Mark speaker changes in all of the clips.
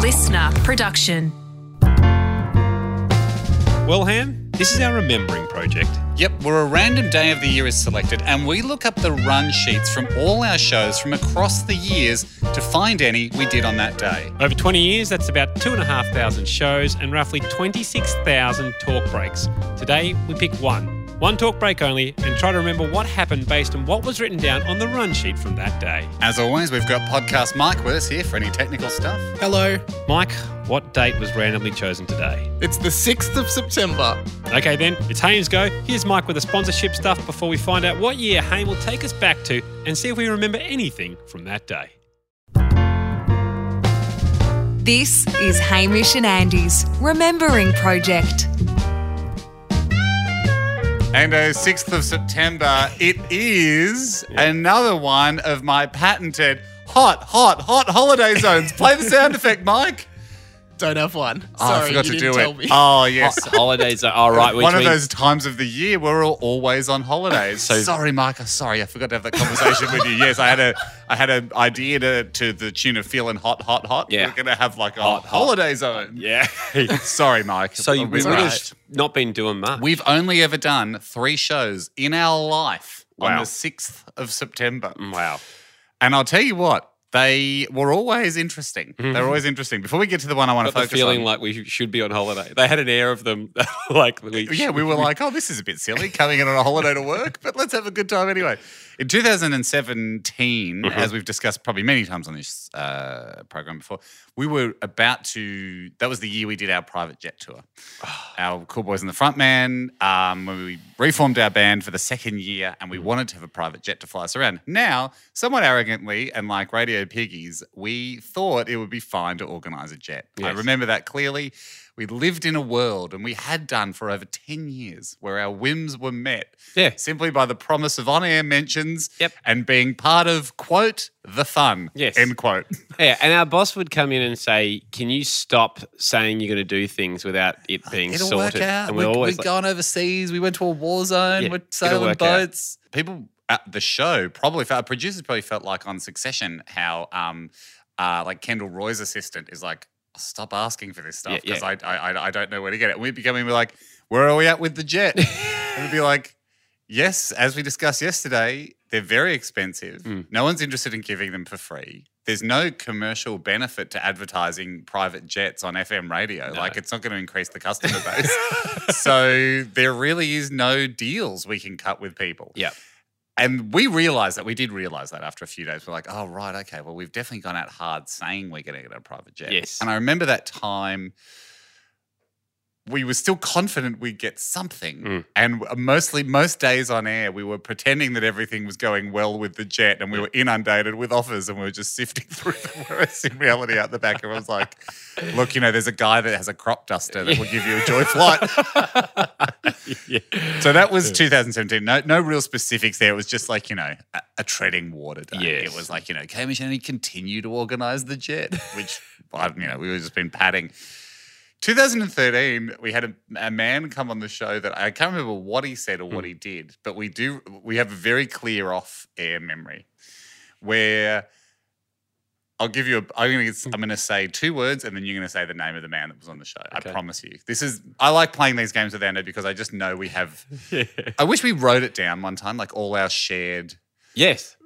Speaker 1: listener production.
Speaker 2: Well, Han, this is our remembering project.
Speaker 3: Yep, where a random day of the year is selected, and we look up the run sheets from all our shows from across the years to find any we did on that day.
Speaker 2: Over 20 years, that's about 2,500 shows and roughly 26,000 talk breaks. Today, we pick one. One talk break only and try to remember what happened based on what was written down on the run sheet from that day.
Speaker 3: As always, we've got podcast Mike with us here for any technical stuff.
Speaker 4: Hello.
Speaker 2: Mike, what date was randomly chosen today?
Speaker 4: It's the 6th of September.
Speaker 2: Okay, then, it's Haynes Go. Here's Mike with the sponsorship stuff before we find out what year Hayne will take us back to and see if we remember anything from that day.
Speaker 1: This is Hamish and Andy's Remembering Project.
Speaker 3: And uh, 6th of September, it is another one of my patented hot, hot, hot holiday zones. Play the sound effect, Mike.
Speaker 4: Don't have one.
Speaker 5: Ah,
Speaker 3: Oh,
Speaker 4: Sorry,
Speaker 3: I forgot
Speaker 4: you
Speaker 3: to
Speaker 4: didn't
Speaker 3: do
Speaker 4: tell
Speaker 3: it.
Speaker 4: me.
Speaker 3: Oh, yes.
Speaker 6: holidays are all right. Which
Speaker 3: one of
Speaker 6: means-
Speaker 3: those times of the year we're all always on holidays.
Speaker 6: So-
Speaker 3: sorry, Mike. I'm Sorry, I forgot to have that conversation with you. Yes, I had a I had an idea to, to the tune of feeling hot, hot, hot.
Speaker 6: Yeah.
Speaker 3: We're gonna have like a
Speaker 6: Hot, hot.
Speaker 3: holiday zone.
Speaker 6: Yeah.
Speaker 3: Sorry, Mike.
Speaker 6: so you,
Speaker 3: I'll
Speaker 6: we
Speaker 3: be
Speaker 6: would have
Speaker 3: rushed.
Speaker 2: Not been doing much.
Speaker 3: We've only ever done three shows in our life on
Speaker 6: Wow. Mm.
Speaker 3: the sixth of September.
Speaker 2: Wow.
Speaker 3: And I'll tell you what, they were always interesting. They're always interesting. Before we get to the one I want to
Speaker 6: got Mm-hmm. the
Speaker 3: focus
Speaker 6: feeling
Speaker 3: on.
Speaker 6: like we should be on holiday. They had an air of them, like we.
Speaker 3: yeah, we were like, oh, this is a bit silly coming in on a holiday to work, but let's have a good time anyway. In 2017, as we've discussed probably many times on this uh, program before, we were about to, that was the year we did our private jet tour. our Cool Boys in the Front Man, um, when we reformed our band for the second year and we wanted to have a private jet to fly us around. Now, somewhat arrogantly and like Radio Piggies, we thought it would be fine to organise a jet. I
Speaker 6: Yes.
Speaker 3: remember that clearly. We lived in a world, and we had done for over 10 years, where our whims were met
Speaker 6: Yeah.
Speaker 3: simply by the promise of on air mentions
Speaker 6: Yep.
Speaker 3: and being part of, quote, the fun,
Speaker 6: Yes.
Speaker 3: end quote.
Speaker 6: Yeah, and our boss would come in and say, "Can you stop saying you're going to do things without it being
Speaker 3: It'll
Speaker 6: sorted?"
Speaker 3: work out.
Speaker 6: And
Speaker 3: we
Speaker 6: we're
Speaker 3: have
Speaker 6: always like,
Speaker 3: gone overseas. We went to a war zone.
Speaker 6: Yeah,
Speaker 3: we're
Speaker 6: it'll
Speaker 3: sailing
Speaker 6: work out.
Speaker 3: boats. People at the show probably felt, our producers probably felt like on Succession how um uh like Kendall Roy's assistant is like, stop asking for this stuff
Speaker 6: Yeah,
Speaker 3: because
Speaker 6: yeah.
Speaker 3: I, I I- I don't know where to get it. And we'd be coming, we're like, where are we at with the jet? and we'd be like, yes, as we discussed yesterday, they're very expensive.
Speaker 6: Mm.
Speaker 3: No one's interested in giving them for free. There's no commercial benefit to advertising private jets on FM radio.
Speaker 6: No.
Speaker 3: Like, it's not going to increase the customer base. so, there really is no deals we can cut with people.
Speaker 6: Yeah.
Speaker 3: And we realized that. We did realize that after a few days. We're like, oh, right, okay. Well, we've definitely gone out hard saying we're going to get a private jet.
Speaker 6: Yes.
Speaker 3: And I remember that time we were still confident we'd get something.
Speaker 6: Mm.
Speaker 3: And uh, mostly, most days on air, we were pretending that everything was going well with the jet and we were inundated with offers and we were just sifting through them. Whereas in reality, out the back, I was like, look, you know, there's a guy that has a crop duster that will give you a joy flight.
Speaker 6: yeah.
Speaker 3: So that was 2017. No, no real specifics there. It was just like you know a, a treading water day. It
Speaker 6: Yes.
Speaker 3: was like you know Camish only continue to organise the jet, which I- you know we were just been padding. 2013, we had a, a man come on the show that I can't remember what he said or
Speaker 6: Hmm.
Speaker 3: what he did, but we do we have a very clear off air memory where I'll give you a. I'm gonna. I'm gonna say two words, and then you're gonna say the name of the man that was on the show. I
Speaker 6: Okay.
Speaker 3: promise you. This is. I like playing these games with Anna because I just know we have. I wish we wrote it down one time, like all our shared eh,
Speaker 6: Yes.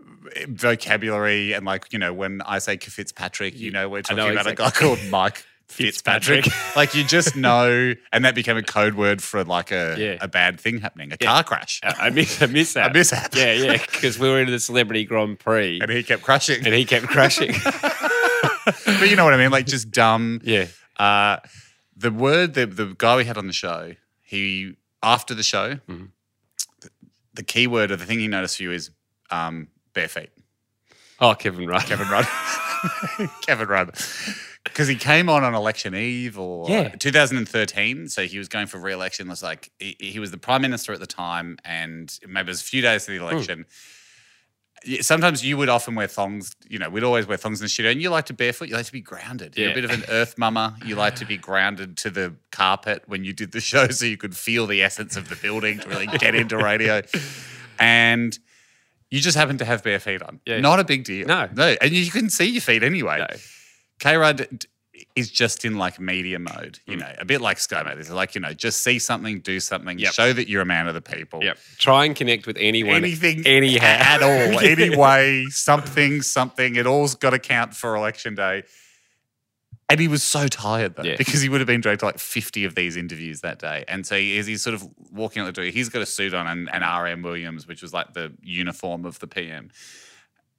Speaker 3: vocabulary, and like you know when I say Fitzpatrick, you know we're
Speaker 6: I
Speaker 3: talking
Speaker 6: know
Speaker 3: about a guy
Speaker 6: exactly.
Speaker 3: called Mike. Fitzpatrick. like you just know, and that became a code word for like a,
Speaker 6: Yeah.
Speaker 3: a bad thing happening, a
Speaker 6: Yeah. Uh,
Speaker 3: car crash,
Speaker 6: I I miss. I miss that.
Speaker 3: a mishap.
Speaker 6: Yeah, yeah. Because we were in the Celebrity Grand Prix,
Speaker 3: And he kept crashing.
Speaker 6: and he kept crashing.
Speaker 3: but you know what I mean? Like just dumb.
Speaker 6: yeah.
Speaker 3: Uh, the word that the guy we had on the show, he after the show,
Speaker 6: Mhm.
Speaker 3: th- the key word or the thing he noticed for you is um, bare feet.
Speaker 6: Oh, Kevin Rudd.
Speaker 3: Kevin Rudd. Kevin Rudd. Because he came on on election eve or
Speaker 6: Yeah.
Speaker 3: 2013. So he was going for re election. It was like, he, he was the prime minister at the time, and maybe it was a few days to
Speaker 6: Hmm.
Speaker 3: the election. Y- Sometimes you would often wear thongs, you know, we'd always wear thongs in the studio, and you like to barefoot, you like to be grounded. You're a
Speaker 6: Yeah.
Speaker 3: bit of an earth mama. You like to be grounded to the carpet when you did the show so you could feel the essence of the building to really get into radio. And you just happen to have bare feet on.
Speaker 6: Yeah.
Speaker 3: Not a big deal.
Speaker 6: No.
Speaker 3: No. And you can see your feet anyway.
Speaker 6: No.
Speaker 3: K Rudd, is just in like media mode,
Speaker 6: Mm.
Speaker 3: you know, a bit like Sky Mode. It's like, you know, just see something, do something,
Speaker 6: Yep.
Speaker 3: show that you're a man of the people.
Speaker 6: Yep. Try and connect with anyone.
Speaker 3: Anything
Speaker 6: Anyhow.
Speaker 3: at all,
Speaker 6: Yeah.
Speaker 3: any way, something, something. It all's got to count for election day. And he was so tired though,
Speaker 6: Yeah.
Speaker 3: because he would have been dragged to like 50 of these interviews that day. And so he, as he's sort of walking out the door, he's got a suit on and, and RM Williams, which was like the uniform of the PM.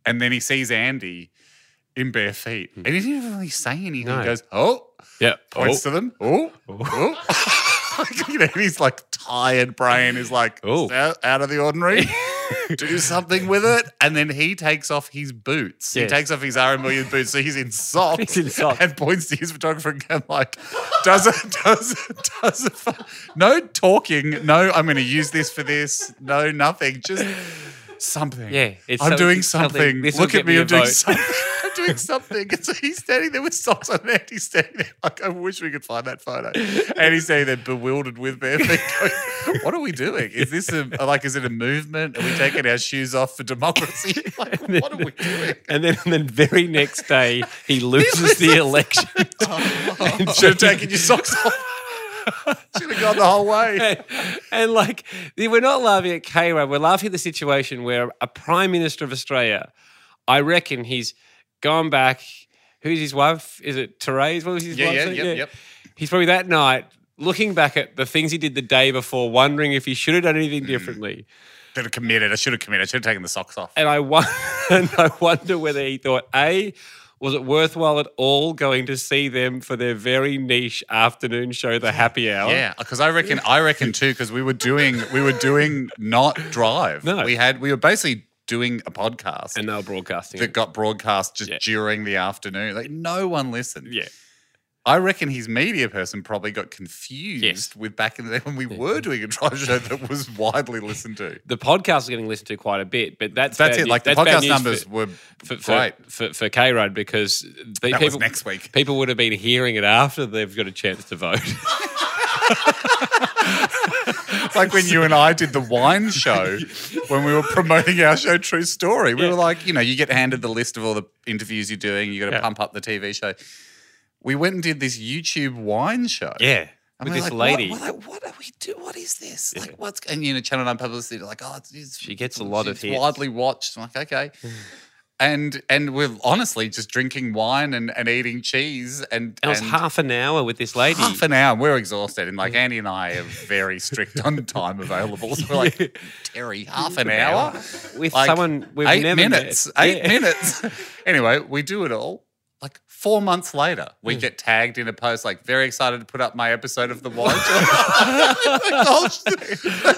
Speaker 3: And then he sees Andy in bare feet. And he didn't even really say anything.
Speaker 6: Hmm. No.
Speaker 3: He goes, Oh,
Speaker 6: Yeah.
Speaker 3: points to them. Oh, oh. you know, he's like tired brain is like
Speaker 6: Oh.
Speaker 3: "It's out, out of the ordinary. Do something with it. And then he takes off his boots.
Speaker 6: Yes.
Speaker 3: He takes off his RM Williams boots. So he's in socks.
Speaker 6: He's in socks.
Speaker 3: And points to his photographer and goes like, does it, does it, does it. No talking. No, I'm going to use this for this. No, nothing. Just something.
Speaker 6: Yeah, it's
Speaker 3: I'm
Speaker 6: some-
Speaker 3: doing
Speaker 6: something.
Speaker 3: something.
Speaker 6: This will
Speaker 3: Look
Speaker 6: get
Speaker 3: at me.
Speaker 6: me a
Speaker 3: I'm doing
Speaker 6: vote.
Speaker 3: something. I'm doing something. And so he's standing there with socks on and he's standing there like, I wish we could find that photo. And he's standing there bewildered with bare feet going, what are we doing? Is this a, like, is it a movement? Are we taking our shoes off for democracy? Like, what are we doing?
Speaker 6: And then and then very next day he loses the election. And
Speaker 3: Should have
Speaker 6: so-
Speaker 3: taken your socks off. Should have gone the whole way.
Speaker 6: and, and, like we're not laughing at K Rod, we're laughing at the situation where a Prime Minister of Australia, I reckon he's gone back. Who's his wife? Is it Therese? What was his
Speaker 3: Yeah,
Speaker 6: wife's
Speaker 3: yeah,
Speaker 6: name?
Speaker 3: yep, yep.
Speaker 6: He's probably that night looking back at the things he did the day before, wondering if he should have done anything
Speaker 3: Hmm.
Speaker 6: differently.
Speaker 3: Should have committed. I should have committed. I should have taken the socks off.
Speaker 6: And I won- and I wonder whether he thought a was it worthwhile at all going to see them for their very niche afternoon show, The Happy Hour?
Speaker 3: Yeah, because I reckon I reckon too because we were doing we were doing not drive.
Speaker 6: No.
Speaker 3: we had we were basically doing a podcast
Speaker 6: And they were broadcasting.
Speaker 3: that
Speaker 6: it.
Speaker 3: got broadcast just
Speaker 6: Yeah.
Speaker 3: during the afternoon. Like no one listened.
Speaker 6: Yeah.
Speaker 3: I reckon his media person probably got confused
Speaker 6: Yes.
Speaker 3: with back in the day when we were doing a drive show that was widely listened to.
Speaker 6: the podcast is getting listened to quite a bit, but that's
Speaker 3: That's
Speaker 6: bad
Speaker 3: it.
Speaker 6: news-
Speaker 3: Like the
Speaker 6: that's bad
Speaker 3: podcast
Speaker 6: news
Speaker 3: numbers
Speaker 6: for,
Speaker 3: were
Speaker 6: for, for,
Speaker 3: great.
Speaker 6: for, for K Rod because the
Speaker 3: That was
Speaker 6: people
Speaker 3: next week.
Speaker 6: people would have been hearing it after they've got a chance to vote.
Speaker 3: It's like when you and I did the wine show when we were promoting our show True Story. We were like, you know, you get handed the list of all the interviews you're doing, you got to
Speaker 6: Yeah.
Speaker 3: pump up the TV show. We went and did this YouTube wine show.
Speaker 6: yeah, with
Speaker 3: And we're
Speaker 6: this
Speaker 3: like, what-
Speaker 6: lady,
Speaker 3: What, like, what are we do? What is this? Like, what's and you know, Channel Nine publicity? they're Like, oh, it's, it's-
Speaker 6: She gets a lot of
Speaker 3: it's
Speaker 6: hits.
Speaker 3: widely watched. I'm like, okay, and and we're honestly just drinking wine and, and eating cheese and
Speaker 6: and it was
Speaker 3: and-
Speaker 6: half an hour with this lady.
Speaker 3: half an hour. and We're exhausted, and like Andy and I are very strict on time available. So we're like, Terry, half an hour
Speaker 6: with
Speaker 3: Like,
Speaker 6: someone we've
Speaker 3: eight
Speaker 6: never
Speaker 3: minutes,
Speaker 6: met.
Speaker 3: eight
Speaker 6: Yeah.
Speaker 3: minutes. Anyway, we do it all. Like four months later, we
Speaker 6: Mm.
Speaker 3: get tagged in a post like, very excited to put up my episode of The Wire.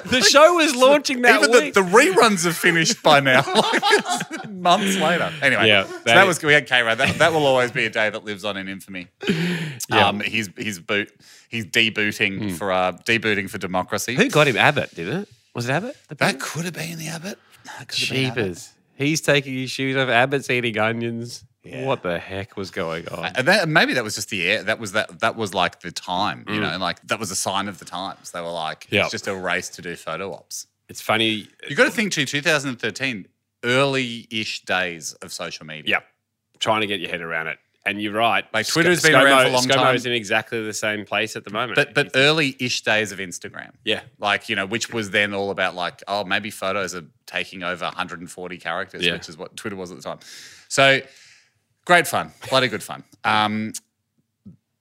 Speaker 6: The show was launching that
Speaker 3: Even the,
Speaker 6: week.
Speaker 3: the reruns are finished by now, like it's months later. Anyway,
Speaker 6: Yeah,
Speaker 3: so
Speaker 6: that
Speaker 3: that
Speaker 6: is-
Speaker 3: was we had K Rad. That, that will always be a day that lives on in infamy.
Speaker 6: Yeah. Mm.
Speaker 3: Um, his his boot, he's debooting for uh, debooting for democracy.
Speaker 6: Who got him? Abbott did it? Was it Abbott? The
Speaker 3: That could have been the Abbott. That could have been Abbott.
Speaker 6: Jeepers. He's taking his shoes off. Abbott's eating onions. What the heck was going on?
Speaker 3: And Uh, that, and maybe that was just the air. That was that. That was like the time, you know, like that was a sign of the times. They were like,
Speaker 6: Mm. Yeah.
Speaker 3: it's just a race to do photo ops.
Speaker 6: It's funny.
Speaker 3: You got to think too. 2013, early-ish days of social media.
Speaker 6: Yeah. Trying to get your head around it. And you're right.
Speaker 3: Like,
Speaker 6: Sc-
Speaker 3: Twitter's been around for a long
Speaker 6: ScoMo
Speaker 3: time.
Speaker 6: is in exactly the same place at the moment.
Speaker 3: but but early-ish days of Instagram.
Speaker 6: yeah.
Speaker 3: like you know which was then all about like oh maybe photos are taking over 140 characters
Speaker 6: Yeah.
Speaker 3: which is what twitter was at the time so great fun bloody good fun um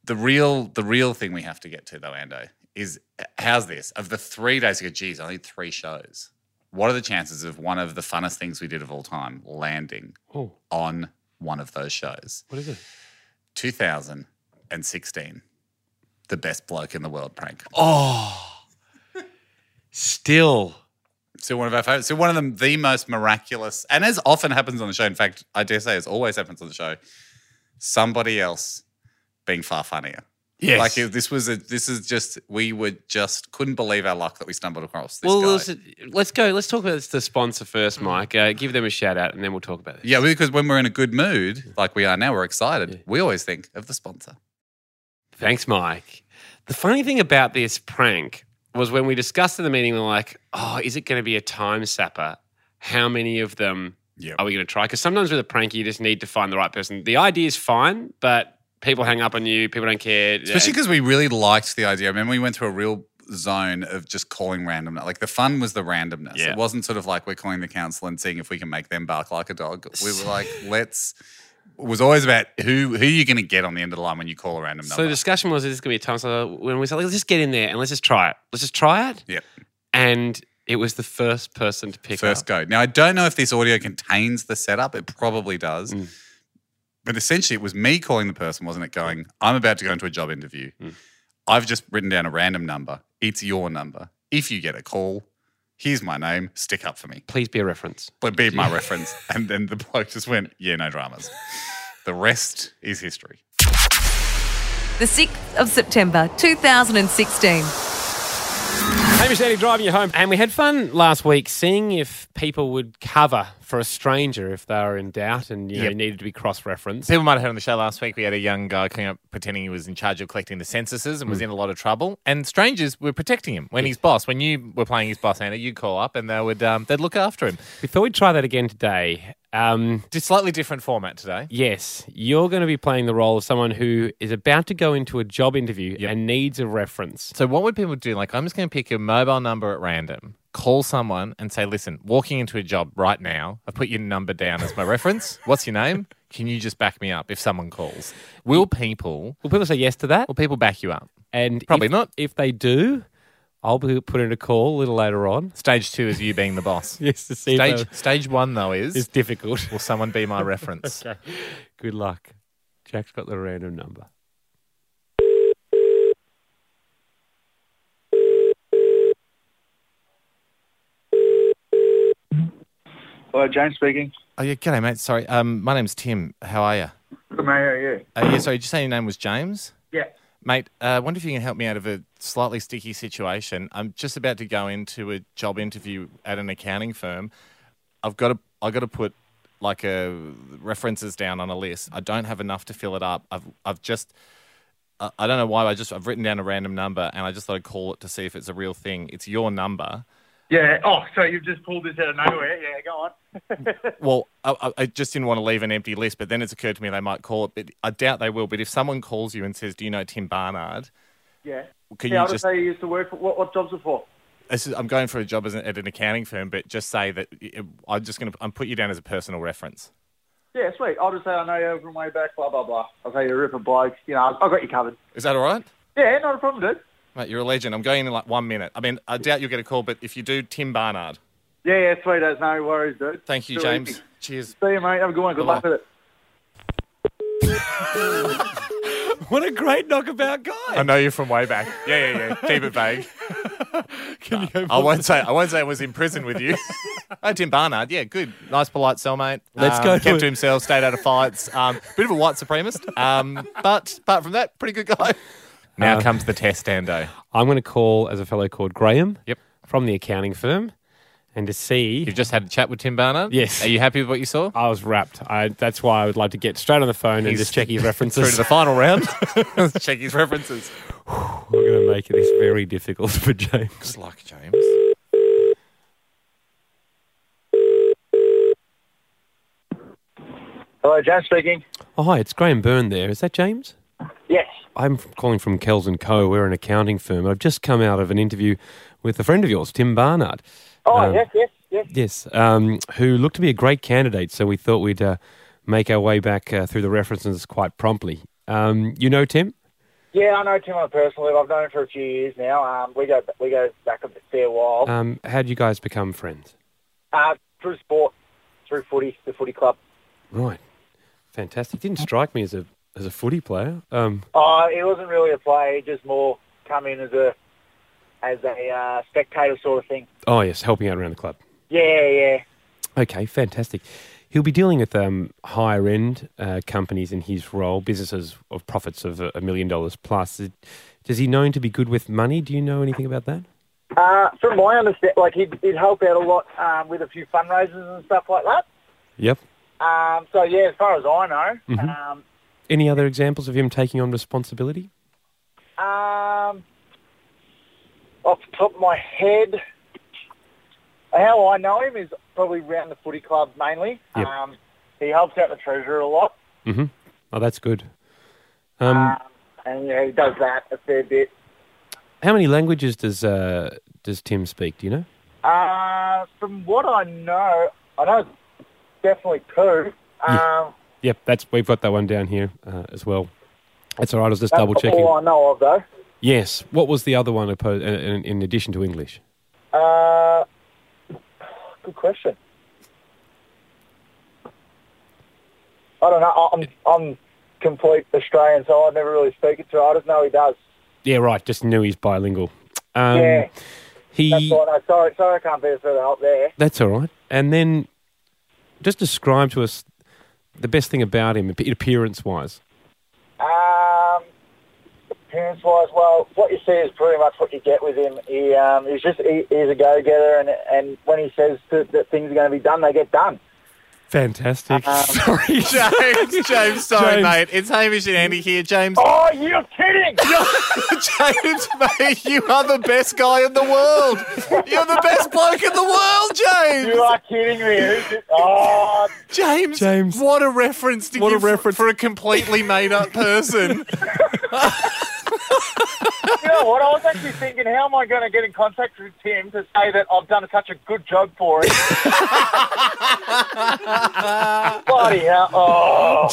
Speaker 3: the real the real thing we have to get to though ando is uh, how's this of the three days ago geez only three shows what are the chances of one of the funnest things we did of all time landing
Speaker 6: Oh,
Speaker 3: on one of those shows
Speaker 6: what is it?
Speaker 3: 2016 the best bloke in the world prank
Speaker 6: Oh. Still.
Speaker 3: So one of our favorites. So one of them, the most miraculous, and as often happens on the show. In fact, I dare say, as always happens on the show, somebody else being far funnier.
Speaker 6: Yes.
Speaker 3: Like if this was a. This is just we were just couldn't believe our luck that we stumbled across this
Speaker 6: well,
Speaker 3: guy.
Speaker 6: let's, let's go. Let's talk about this, the sponsor first, Mike. Uh, give them a shout out and then we'll talk about this.
Speaker 3: yeah, because when we're in a good mood, like we are now, we're excited. We always think of the sponsor.
Speaker 6: Thanks, Mike. The funny thing about this prank was when we discussed in the meeting, we were like, oh, is it going to be a time sapper? How many of them
Speaker 3: Yeah.
Speaker 6: are we going to try? Because sometimes with a prank, you just need to find the right person. The idea is fine, but people hang up on you, people don't care.
Speaker 3: Especially because we really liked the idea. I mean, we went through a real zone of just calling randomness. Like the fun was the randomness.
Speaker 6: Yeah.
Speaker 3: It wasn't sort of like we're calling the council and seeing if we can make them bark like a dog. We were like, let's. It was always about who who you're going to get on the end of the line when you call a random
Speaker 6: so the
Speaker 3: number.
Speaker 6: discussion was, is this going to be a time so when we said, let's just get in there and let's just try it. Let's just try it.
Speaker 3: Yep.
Speaker 6: And it was the first person to pick
Speaker 3: First
Speaker 6: up.
Speaker 3: go. Now I don't know if this audio contains the setup. It probably does.
Speaker 6: Mm.
Speaker 3: But essentially, it was me calling the person, wasn't it? Going, I'm about to go into a job interview.
Speaker 6: Mm.
Speaker 3: I've just written down a random number. It's your number. If you get a call, here's my name. Stick up for me.
Speaker 6: Please be a reference.
Speaker 3: but be my reference. And then the bloke just went, yeah, no dramas. The rest is history.
Speaker 1: The 6th of September 2016.
Speaker 6: Hamish Andy driving you home. And we had fun last week seeing if people would cover for a stranger if they were in doubt and you know,
Speaker 5: Yep.
Speaker 6: needed to be cross referenced.
Speaker 5: People might have heard on the show last week we had a young guy coming up pretending he was in charge of collecting the censuses and
Speaker 4: Hmm.
Speaker 5: was in a lot of trouble. And strangers were protecting him when his boss, when you were playing his boss, Anna, you'd call up and they would um, they'd look after him.
Speaker 6: We thought we'd try that again today. Um,
Speaker 5: It's a slightly different format today.
Speaker 6: yes, you're going to be playing the role of someone who is about to go into a job interview and needs a reference.
Speaker 5: So what would people do? Like I'm just going to pick a mobile number at random, call someone and say, "Listen, walking into a job right now. I've put your number down as my reference. What's your name? Can you just back me up if someone calls?" Will people
Speaker 6: Will people say yes to that?
Speaker 5: will people back you up?
Speaker 6: And
Speaker 5: Probably
Speaker 6: if-
Speaker 5: not.
Speaker 6: If they do, I'll be put in a call a little later on.
Speaker 5: Stage 2 is you being the boss.
Speaker 6: Yes, to see if
Speaker 5: Stage
Speaker 6: they-
Speaker 5: stage 1 though is
Speaker 6: it's difficult.
Speaker 5: Will someone be my reference?
Speaker 6: Good luck. Jack's got the random number.
Speaker 7: Hello, uh, James speaking.
Speaker 5: Oh yeah, g'day mate. Sorry, um, my name's Tim. How are you?
Speaker 7: Good man, how are you?
Speaker 5: Uh, yeah, sorry. Did you say your name was James?
Speaker 7: Yeah.
Speaker 5: Mate, I uh, wonder if you can help me out of a slightly sticky situation. I'm just about to go into a job interview at an accounting firm. I've got to, I've got to put like a references down on a list. I don't have enough to fill it up. I've, I've just, I, I don't know why. I just, I've written down a random number and I just thought I'd call it to see if it's a real thing. It's your number.
Speaker 7: Yeah. Oh, so you've just pulled this out of nowhere. Yeah, go on.
Speaker 5: Well, I, I- I just didn't want to leave an empty list, but then it's occurred to me they might call it, but I doubt they will. But if someone calls you and says, "Do you know Tim Barnard?"
Speaker 7: Yeah.
Speaker 5: Can
Speaker 7: yeah,
Speaker 5: you
Speaker 7: I just
Speaker 5: just?
Speaker 7: say you used to work for what, what jobs it for?
Speaker 5: This is, I'm going for a job as an, at an accounting firm, but just say that it, I'm just going to. I'm put you down as a personal reference.
Speaker 7: Yeah, sweet. I'll just say I know you over and way back, blah, blah, blah. I'll say you're a ripper bloke. You know, I've got you covered.
Speaker 5: Is that all right?
Speaker 7: Yeah, not a problem, dude.
Speaker 5: Mate, you're a legend. I'm going in like one minute. I mean, I doubt you'll get a call, but if you do, Tim Barnard.
Speaker 7: Yeah, yeah, sweet as. No worries, dude.
Speaker 5: Thank you,
Speaker 7: Too
Speaker 5: James.
Speaker 7: easy.
Speaker 5: Cheers.
Speaker 7: See you, mate. Have a good one. Good luck
Speaker 5: Bye-bye.
Speaker 7: with it.
Speaker 6: What a great knockabout guy.
Speaker 5: I know you from way back. Yeah, yeah, yeah. Keep it vague. I won't say. I won't say I was in prison with you. oh, Tim Barnard. Yeah, good, nice, polite cellmate.
Speaker 6: Let's
Speaker 5: Um,
Speaker 6: go to
Speaker 5: Kept
Speaker 6: it.
Speaker 5: to himself, stayed out of fights. Um, bit of a white supremacist, um, but apart from that, pretty good
Speaker 6: Uh,
Speaker 5: guy. Now comes the test, Ando.
Speaker 6: I'm going to call as a fellow called Graham.
Speaker 5: Yep.
Speaker 6: From the accounting firm, and to see.
Speaker 5: You've just had a chat with Tim Barnard.
Speaker 6: Yes.
Speaker 5: Are you happy with what you saw?
Speaker 6: I was wrapped. I, that's why I would like to get straight on the phone and
Speaker 5: He's-
Speaker 6: just check his
Speaker 5: Through
Speaker 6: references.
Speaker 5: to the final round. Check his references.
Speaker 6: We're going to make this very difficult for James.
Speaker 5: Just like James.
Speaker 7: Hello, James speaking.
Speaker 6: Oh, hi, it's Graham Byrne there. Is that James?
Speaker 7: Yes.
Speaker 6: I'm f- calling from Kells and Co. We're an accounting firm. I've just come out of an interview with a friend of yours, Tim Barnard.
Speaker 7: Oh,
Speaker 6: Um,
Speaker 7: yes, yes, yes.
Speaker 6: Yes, um, who looked to be a great candidate, so we thought we'd uh, make our way back uh, through the references quite promptly. Um, you know Tim?
Speaker 7: Yeah, I know Tim on a personal level. I've known him for a few years now. Um, we go we go back a fair while.
Speaker 5: Uh-huh.
Speaker 6: Um, how do you guys become friends?
Speaker 7: Uh, through sport, through footy, the footy club.
Speaker 6: Right, fantastic. Didn't strike me as a as a footy player. Um,
Speaker 7: Uh, it wasn't really a play, just more come in as a as a uh, spectator sort of thing.
Speaker 6: oh yes, helping out around the club.
Speaker 7: Yeah, yeah.
Speaker 6: Okay, fantastic. He'll be dealing with um, higher end uh, companies in his role, businesses of profits of a a million dollars plus. Does he known to be good with money? Do you know anything about that?
Speaker 7: Uh, from my understanding, like he'd, he'd help out a lot um, with a few fundraisers and stuff like that.
Speaker 6: Yep.
Speaker 7: Um, so yeah, as far as I know, um,
Speaker 6: Any other examples of him taking on responsibility?
Speaker 7: um, off the top of my head, how I know him is probably around the footy club mainly.
Speaker 6: Yep.
Speaker 7: Um, he helps out the treasurer a lot.
Speaker 6: Mm-hmm. Oh, that's good. Um,
Speaker 7: and yeah, he does that a fair bit.
Speaker 6: how many languages does uh, does Tim speak? Do you know?
Speaker 7: Uh, from what I know, I know it's definitely two. Um,
Speaker 6: Yep, that's we've got that one down here uh, as well. That's all right. I was just
Speaker 7: that's
Speaker 6: double checking.
Speaker 7: all I know of though.
Speaker 6: Yes. What was the other one opposed, in, in- in addition to English?
Speaker 7: Uh, good question. I don't know. I- I'm I'm complete Australian, so I never really speak it to. her. I just know he does.
Speaker 6: Yeah, right. Just knew he's bilingual. Um,
Speaker 7: Yeah.
Speaker 6: He.
Speaker 7: That's all I know. Sorry, sorry, I can't be of further help there.
Speaker 6: That's all right. And then just describe to us the best thing about him, appearance wise.
Speaker 7: Um, appearance wise, well, what you see is pretty much what you get with him. He um, he's just he, he's a go getter, and and when he says that, that things are going to be done, they get done.
Speaker 6: Fantastic.
Speaker 7: Um,
Speaker 5: Sorry, James. James, sorry,
Speaker 6: James.
Speaker 5: mate. It's Hamish and Andy here. James,
Speaker 7: Oh, you're kidding!
Speaker 5: James, mate, you are the best guy in the world. You're the best bloke in the world, James.
Speaker 7: you are kidding me. Who's it? Oh,
Speaker 5: James,
Speaker 6: James.
Speaker 5: what a reference to
Speaker 6: What a
Speaker 5: give
Speaker 6: reference.
Speaker 5: for a completely made up person.
Speaker 7: you know what? I was actually thinking, how am I going to get in contact with Tim to say that I've done such a good job for him? Bloody hell! Oh,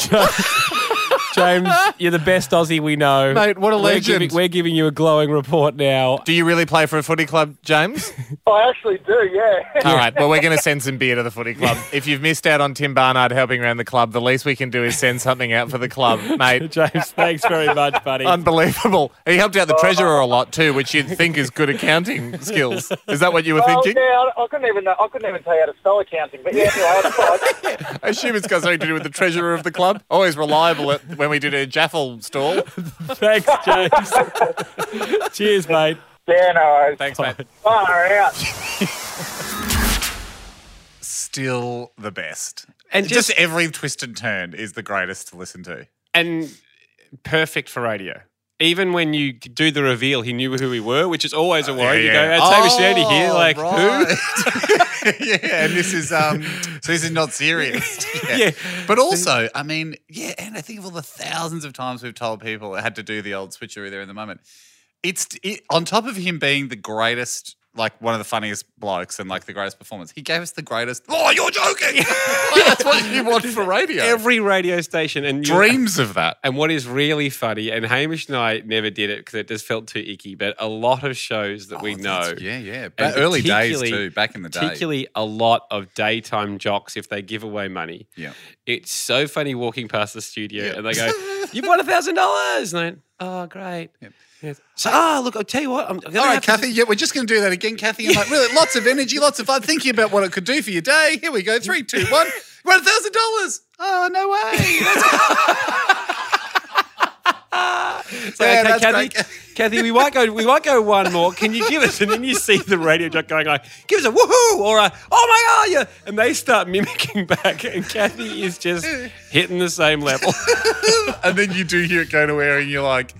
Speaker 6: James, you're the best Aussie we know.
Speaker 5: Mate, what a
Speaker 6: We're
Speaker 5: legend.
Speaker 6: giving, we're giving you a glowing report now.
Speaker 5: Do you really play for a footy club, James?
Speaker 7: I actually do. Yeah.
Speaker 5: All right. Well, we're going to send some beer to the footy club. If you've missed out on Tim Barnard helping around the club, the least we can do is send something out for the club, mate.
Speaker 6: James, thanks very much, buddy.
Speaker 5: Unbelievable. He helped out the treasurer a lot too, which you'd think is good accounting skills. Is that what you were
Speaker 7: Well,
Speaker 5: thinking?
Speaker 7: Oh, yeah, I, I couldn't even know, I couldn't even tell you how to spell accounting, but yeah, anyway, that's fine.
Speaker 5: I assume it's got something to do with the treasurer of the club. Always reliable at, when we did a Jaffel stall.
Speaker 6: thanks, James. Cheers, mate.
Speaker 7: Yeah, no worries.
Speaker 5: Thanks, mate.
Speaker 7: Far out.
Speaker 3: Still the best.
Speaker 2: And
Speaker 3: Just every twist and turn is the greatest to listen to.
Speaker 2: and perfect for radio. Even when you do the reveal, he knew who we were, which is always a worry.
Speaker 3: yeah, yeah.
Speaker 2: You go, it's Hamish Andy
Speaker 3: Oh,
Speaker 2: here. Like, who?
Speaker 3: yeah, and this is um so this is not serious. Yeah. But also, I mean, yeah, and I think of all the thousands of times we've told people I had to do the old switcheroo there in the moment. It's it, on top of him being the greatest like one of the funniest blokes and like the greatest performance. He gave us the greatest. Oh, you're joking! Like, that's what you want for radio.
Speaker 2: Every radio station and you-
Speaker 3: dreams of that.
Speaker 2: And what is really funny, and Hamish and I never did it because it just felt too icky, but a lot of shows that we
Speaker 3: Oh,
Speaker 2: know.
Speaker 3: that's- Yeah, yeah.
Speaker 2: and
Speaker 3: But early days
Speaker 2: particularly-
Speaker 3: too, back in the day.
Speaker 2: Particularly a lot of daytime jocks, if they give away money,
Speaker 3: Yeah.
Speaker 2: it's so funny walking past the studio
Speaker 3: Yeah.
Speaker 2: and they go, "You've won a thousand dollars," and I'm, "Oh, great!"
Speaker 3: Yep.
Speaker 2: Yes. So, ah, look, I'll tell you what, I'm, I'm
Speaker 3: All
Speaker 2: have
Speaker 3: right,
Speaker 2: to-
Speaker 3: Kathy. Yeah, we're just going to do that again, Kathy. I'm like, really, lots of energy, lots of fun, thinking about what it could do for your day. Here we go. Three, two, one. You won a thousand dollars. Oh no way! That's-
Speaker 2: So,
Speaker 3: Yeah,
Speaker 2: okay,
Speaker 3: that's
Speaker 2: Kathy,
Speaker 3: great.
Speaker 2: Kathy, we might go, we might go one more. Can you give us? And then you see the radio jock going like, "Give us a woohoo!" or a "Oh my god!" yeah," and they start mimicking back, and Kathy is just hitting the same level.
Speaker 3: and then you do hear it go to air, and you're like,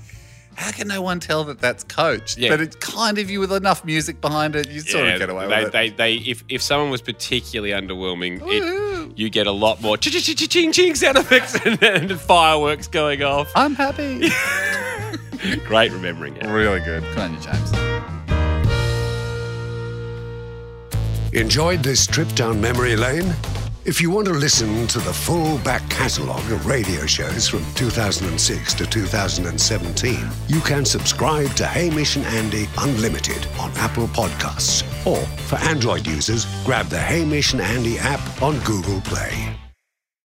Speaker 3: how can no one tell that that's coached?
Speaker 2: Yeah.
Speaker 3: But it's kind of you with enough music behind it, you sort of get away
Speaker 2: they,
Speaker 3: with
Speaker 2: they,
Speaker 3: it.
Speaker 2: They, if, if someone was particularly underwhelming, it, you get a lot more ching ching ching ching sound effects and, and fireworks going off.
Speaker 3: I'm happy.
Speaker 2: Great remembering it.
Speaker 3: really good. Come on, you James.
Speaker 8: Enjoyed this trip down memory lane? If you want to listen to the full back catalogue of radio shows from 2006 to 2017, you can subscribe to Hamish and Andy Unlimited on Apple Podcasts. Or, for Android users, grab the Hamish and Andy app on Google Play.